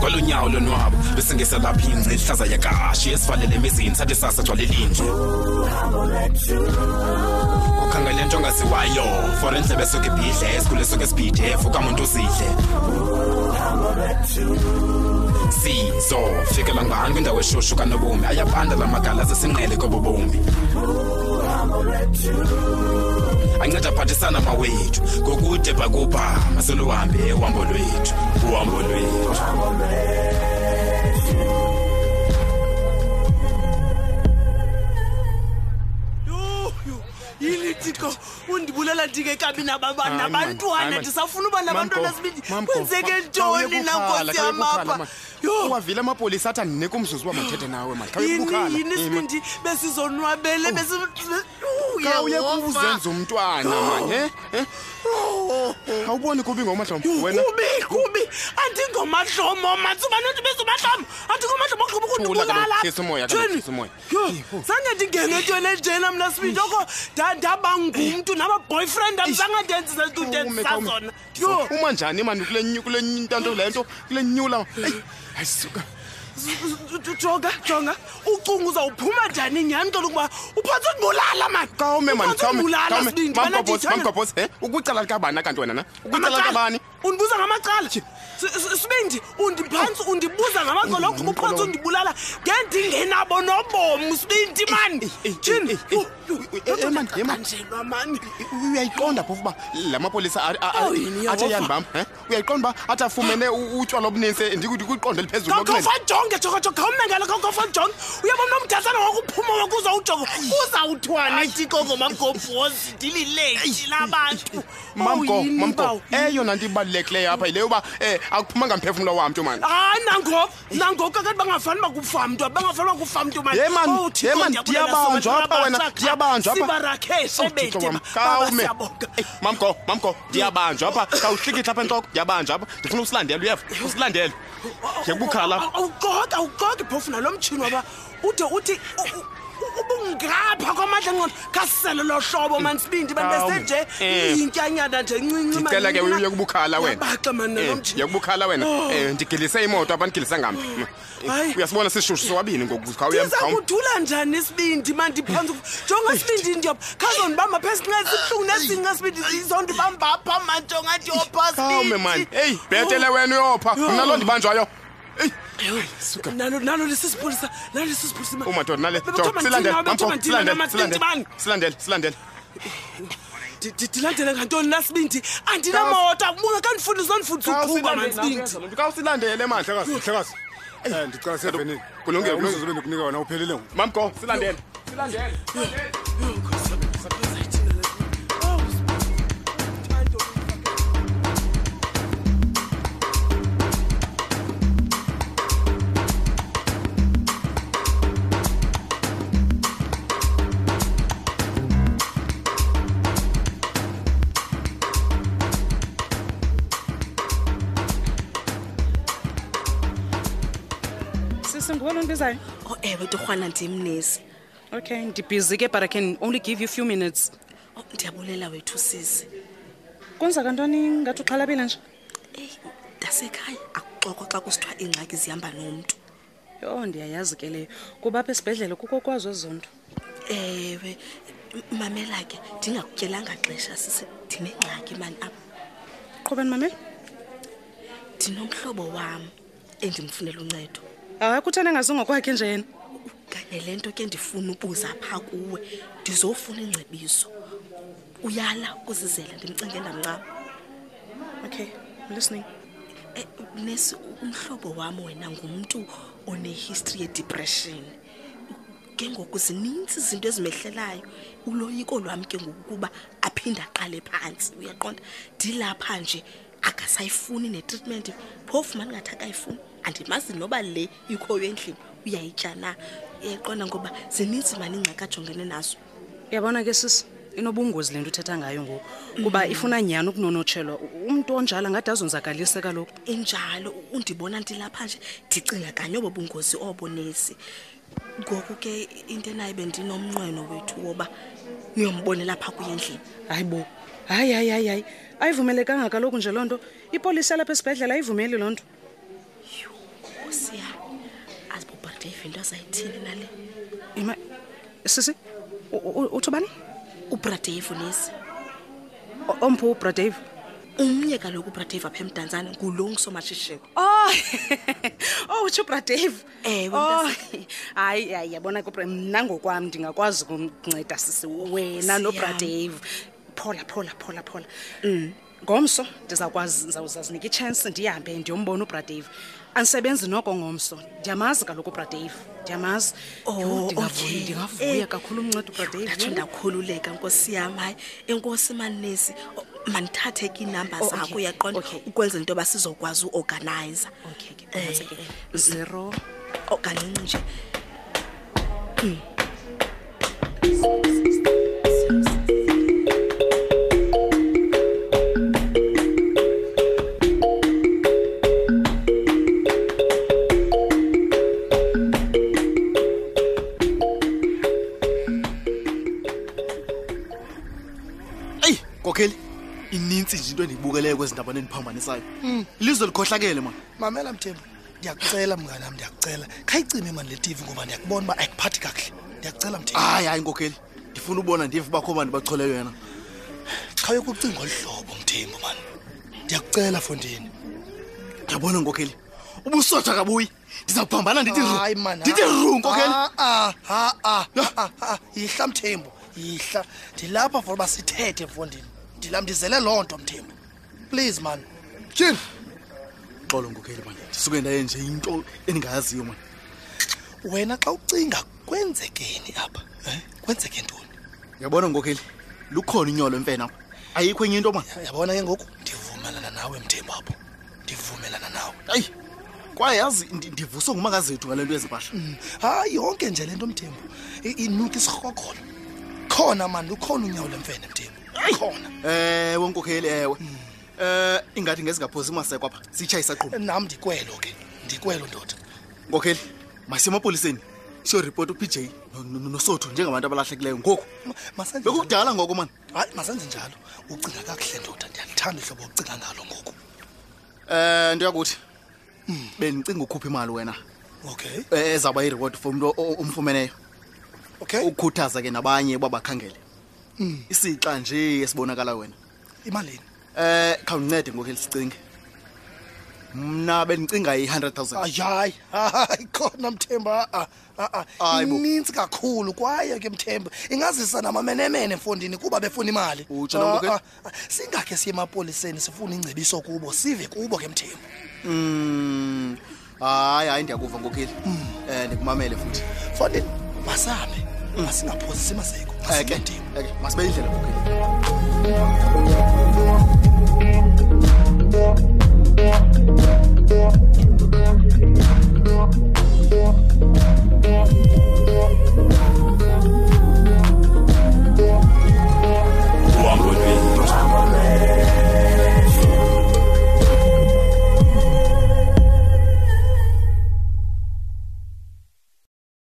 kwalonyawo lonwabo besingeselapha ingci ihlaza yakashi esivalele emizini sathi sasa jwalelinje ukhangele nto ongaziwayo for endlebe esuke ibhidle esikhule esuke esibhidef ukamuntu uzidle sizo fikela ngani kwindawo eshushu kanobomi ayabanda la magala zesinqele kobobomi anceda aphathisana mawethu ngokude bhakubha maseluhambe uhambo lwethu uhambo lwethu yoyo yili thixo undibulala ndingekabi Hayi, nababa- mani, hayi, nabantwana mani. ndisafuna uba Mami, nabantwana Gogo, sibini Mami, Gogo, kwenzeke ma- ntoni khawuyeka ukukhala, nankosi yam khawuyeka ukukhala, apha ma. yho uwavile amapolisa athi andinika umzuzu uba mathethe nawe mani yini yini khawuyeka sibindi besizonwabele uzenza umntwana mani eh? eh? awuboni kubi ngomahlomo wena kubi kubi andingomahlomo mantsuba nothi bezomahlomo andingomahlomo oqhuba Thula kaloku, ukundibulala tshisa umoya kaloku, Theni? tshisa umoya. Yho, Yho. zange ndingene ntweni enjena mna sibindi oko nda- ndaba ngumntu namaboyfriend am zange ndenzise Ume, khawume. ndenzisazona yho uma njani mani kule nyu- kule nyu- ntanto le nto kule nyula Eh. eyi hayi suka jonga jonga ucunga uzawuphuma njani nyhani kaloku uba uphatse undibulala mani kawume mani Uphatse undibulala, Sibindi, wena ndiyithanda. mamgobhosi e ukwicala likabani akanti wena na ukwicala likabani undibuza ngamacala S- S- sibindi undiphantsi undibuza ngamacala oqhuba uphantsi undibulala ngendingenabo nobomi sibindi mani tshini kanjelwa mani uyayiqonda phofu uba la mapolisa a- a- a- Oh, yini, athi Yehova. yandibam um uyayiqonda uba athi afumene u- utywala obunintsi ndikwiqondo eliphezulu lokunene. kakhofajonge jokojo khawumengele kakhofajonge uyabona nomdazana wakuphuma wakuzawujongo uzawuthwana itiko ngomagobhozi ndilileshi labantu mamgo Oh, yini mamgo bawo. eyona Eh, nto ibalulekileyo apha yileyo uba um akuphumanga mphefumlo wam nto mani hayi nangoko nangoko kanti bangafani bakufa mntu bangafani bakufa mntu mani. Ye man, Oh, Thixo, ye man, ndiyabulela ndiyabanjwa sona, apha wena, babasakha. ndiyabanjwa apha. sibarakeshe Uthixo bethe wam, baba kawume. siyabonga Eyi, mamgo mamgo ndiyabanjwa apha khawuhlikihla apha entloko ndiyabanjwa apha ndifuna usilandele uyeva usilandele ndiyakubukhala apha awuqoki awuqoki phofu nalo mtshini waba ude uthi u- u- ubungapha kwamandla enqondo khasisele lo hlobo manisibindi Kawume. bandibesenje Eh. yintyanyana nje ncinci ndicela ke uye kubukhala wena baxa mani nalo Eh, mtshini ndiyakubukhala wena Oh. um ndigilise imoto abandigilisa ngambi Hayi. uyasibona sishushu sobabini ngoku khawuyem- ndiza khawum- kuthula njani isibindi mandiphantsi jonga sibindi ndiyoba khazondibamba phaa esinqeni sibuhlungu nesinca sibindi izondibamba apha manjongathi khawume mani eyi bhetele wena uyopha Oh. mna loo ndibanjwayo nalo nalo lisisipolisa nalo lisisipolisa ma- umadoda Oh, nale Bebe, jo kuthiwa mandithini, silandele mamgo kuthiwa mandithini, silandele mandithini, silandele mandithini, silandele silandele Ndi- ndi- ndilandele ngantoni nasibindi Khawusi- andinamoto akungakandifundisa uzondifundisa uqhuba mansibindi kawusilandele mandla hlekazi hlekazi um ndicela sevenini Kulungile, kulungile. ube ndikunika wona uphelile ngoku mamgo silandele Oh. sisingolo ndizayo Oh, ewe torhwana ndimnesi okay ndibhizi ke but i can only give you few minutes Oh, ndiyabulela wethu sisi kwenzeka ntoni ngathi uxhalabile nje eyi ndasekhaya akuxoko xa kusithiwa iingxaki zihamba nomntu yho ndiyayazi ke leyo kuba apha esibhedlele kukho kwazo ezo nto ewe m- mamela ke ndingakutyelanga xesha sisi ndinengxaki mani apha qhubeni mamela ndinomhlobo wam endimfunela uncedo hayi kutheni engazingokwakhe nje yena kanye le nto ke ndifuna ubuza phaa kuwe ndizofuna ingcebiso uyala ukuzizela ndimcinge ndamncam okay I'm listening Eh, nesi umhlobo wam wena ngumntu onehistory yedepression ke ngoku zininzi izinto ezimehlelayo uloyiko lwam ke ngokukuba aphinde aqale phantsi uyaqonda ndilapha nje akasayifuni netreatment phofu mani ngathi akayifuni andimazi noba le ikhoyo endlini uyayitya na uyaqonda ngoba zininzi mani iingxaki ajongene nazo yabona ke sisi inobungozi le nto uthetha ngayo ngoku kuba ifuna nyhani ukunonotshelwa U- umntu onjalo angade azonzakalise kaloku injalo undibona ndilapha nje ndicinga kanye obo bungozi obo nesi ngoku ke into enayo bendinomnqweno wethu woba niyombonela phaa kuye endlini hayi bo hayi hayi hayi hayi ayivumelekanga kaloku nje loo nto ipolisi yalapha esibhedlele ayivumeli loo nto usiya azibubharteva into azayithini nale Ima- sisi u- u- utsho bani ubradeve nesi O- omphu ubradave umnye kaloku ubradeve apha emdantsane ngulo ngisomashishini Oh, oh utsho ubradave Ewe, hayi hayi yabona ke ubra- mna ngokwam ndingakwazi ukumnceda sisi wena Siyam. nobradave phola phola phola phola Mm. ngomso ndizawukwazi ndizawuzazinika itshansi ndihambe ndiyombona ubradave andisebenzi noko ngomso ndiyamazi kaloku ubradave ndiyamazi Yho, ndingavuya ndingavuya kakhulu umnceda Oh, Eh. ndatsho ubradave ndakhululeka nkosi yam hayi enkosi manesi mandithathe ke iinamba Oh, zakho okay, uyaqonda okay. ukwenzela into yoba sizokwazi uorganayiza okay ke Eh, phantsi ke eh, zero oh, kancinci nje eyi kokheli inintsi nje into endiyibukeleyo kwezi ndaba nendiphambanisayo ilizwe likhohlakele mani mamela mthembu ndiyakucela mnganam ndiyakucela khayicime mani le tv ngoba ndiyakubona uba ayikuphathi kakuhle ndiyakucela mthembu hayi hayi nkokheli ndifuna ubona ndive ubakho bani bacholeyo yena xa yokucinga olu hlobo mthembu mani ndiyakucela fondini ndiyabona nkokheli ubusotsha kabuyi ndizawuphambana ndithi ru- hayi mani ndithi ru nkokheli aa yihla mthembu yihla ndilapha for uba sithethe fondini ndila ndizele loo nto mthembu please mani tyhini xolo nkokheli mani ndisuke ndaye nje into endingayaziyo mani wena xa ucinga kwenzekeni apha Eh? kwenzeke ntoni ndiyabona nkokheli lukhona unyolo emfene apha ayikho enye into mani yabona ke ngoku ndivumelana nawe mthembu apho ndivumelana nawe eyi kwaye yazi ndi- ndivuswe ngumakazethu ngale nto yezimpahla Hmm. hayi yonke nje le nto mthembu I- inuka isirhokholo khona mani lukhona unyawo lemfene mthembu khona ewe nkokheli ewe um ingathi ngezingaphosi maseko apha siyitshayisa qhuma nam ndikwelo ke ndikwelo ndoda nkokheli masiye emapoliseni siyoripota upj no- no- nosotho njengabantu abalahlekileyo ngoku Ma- masenze njalo. bekukudala ngoko mani hayi masenze njalo ucinga kakuhle ndoda ndiyaluthanda uhlobo ucinga ngalo ngoku um nto yakuthi hmm, bendicinga ukhupha imali wena okay eh, ezawuba yireward for umntu o- omfumeneyo okay ukukhuthaza ke nabanye uba bakhangele Hmm, isixa nje esibonakala wena imalini um khawundincede nkokheli sicinge mna bendicinga i-hundred thousand ayayi hayi khona mthemba a a Hayi bo. inintsi kakhulu kwaye ke mthemba ingazisa namamenemene emfondini kuba befuna imali Utsho noko ke? Ah, ah, singakhe siye emapoliseni sifune ingcebiso kubo sive kubo ke mthemba Hmm, hayi hayi ndiyakuva nkokheli um ndikumamele futhi fondini masabe masingaphozisi maseko Eh, ke masike eh, ke, masibe yindlela nkokheli Thank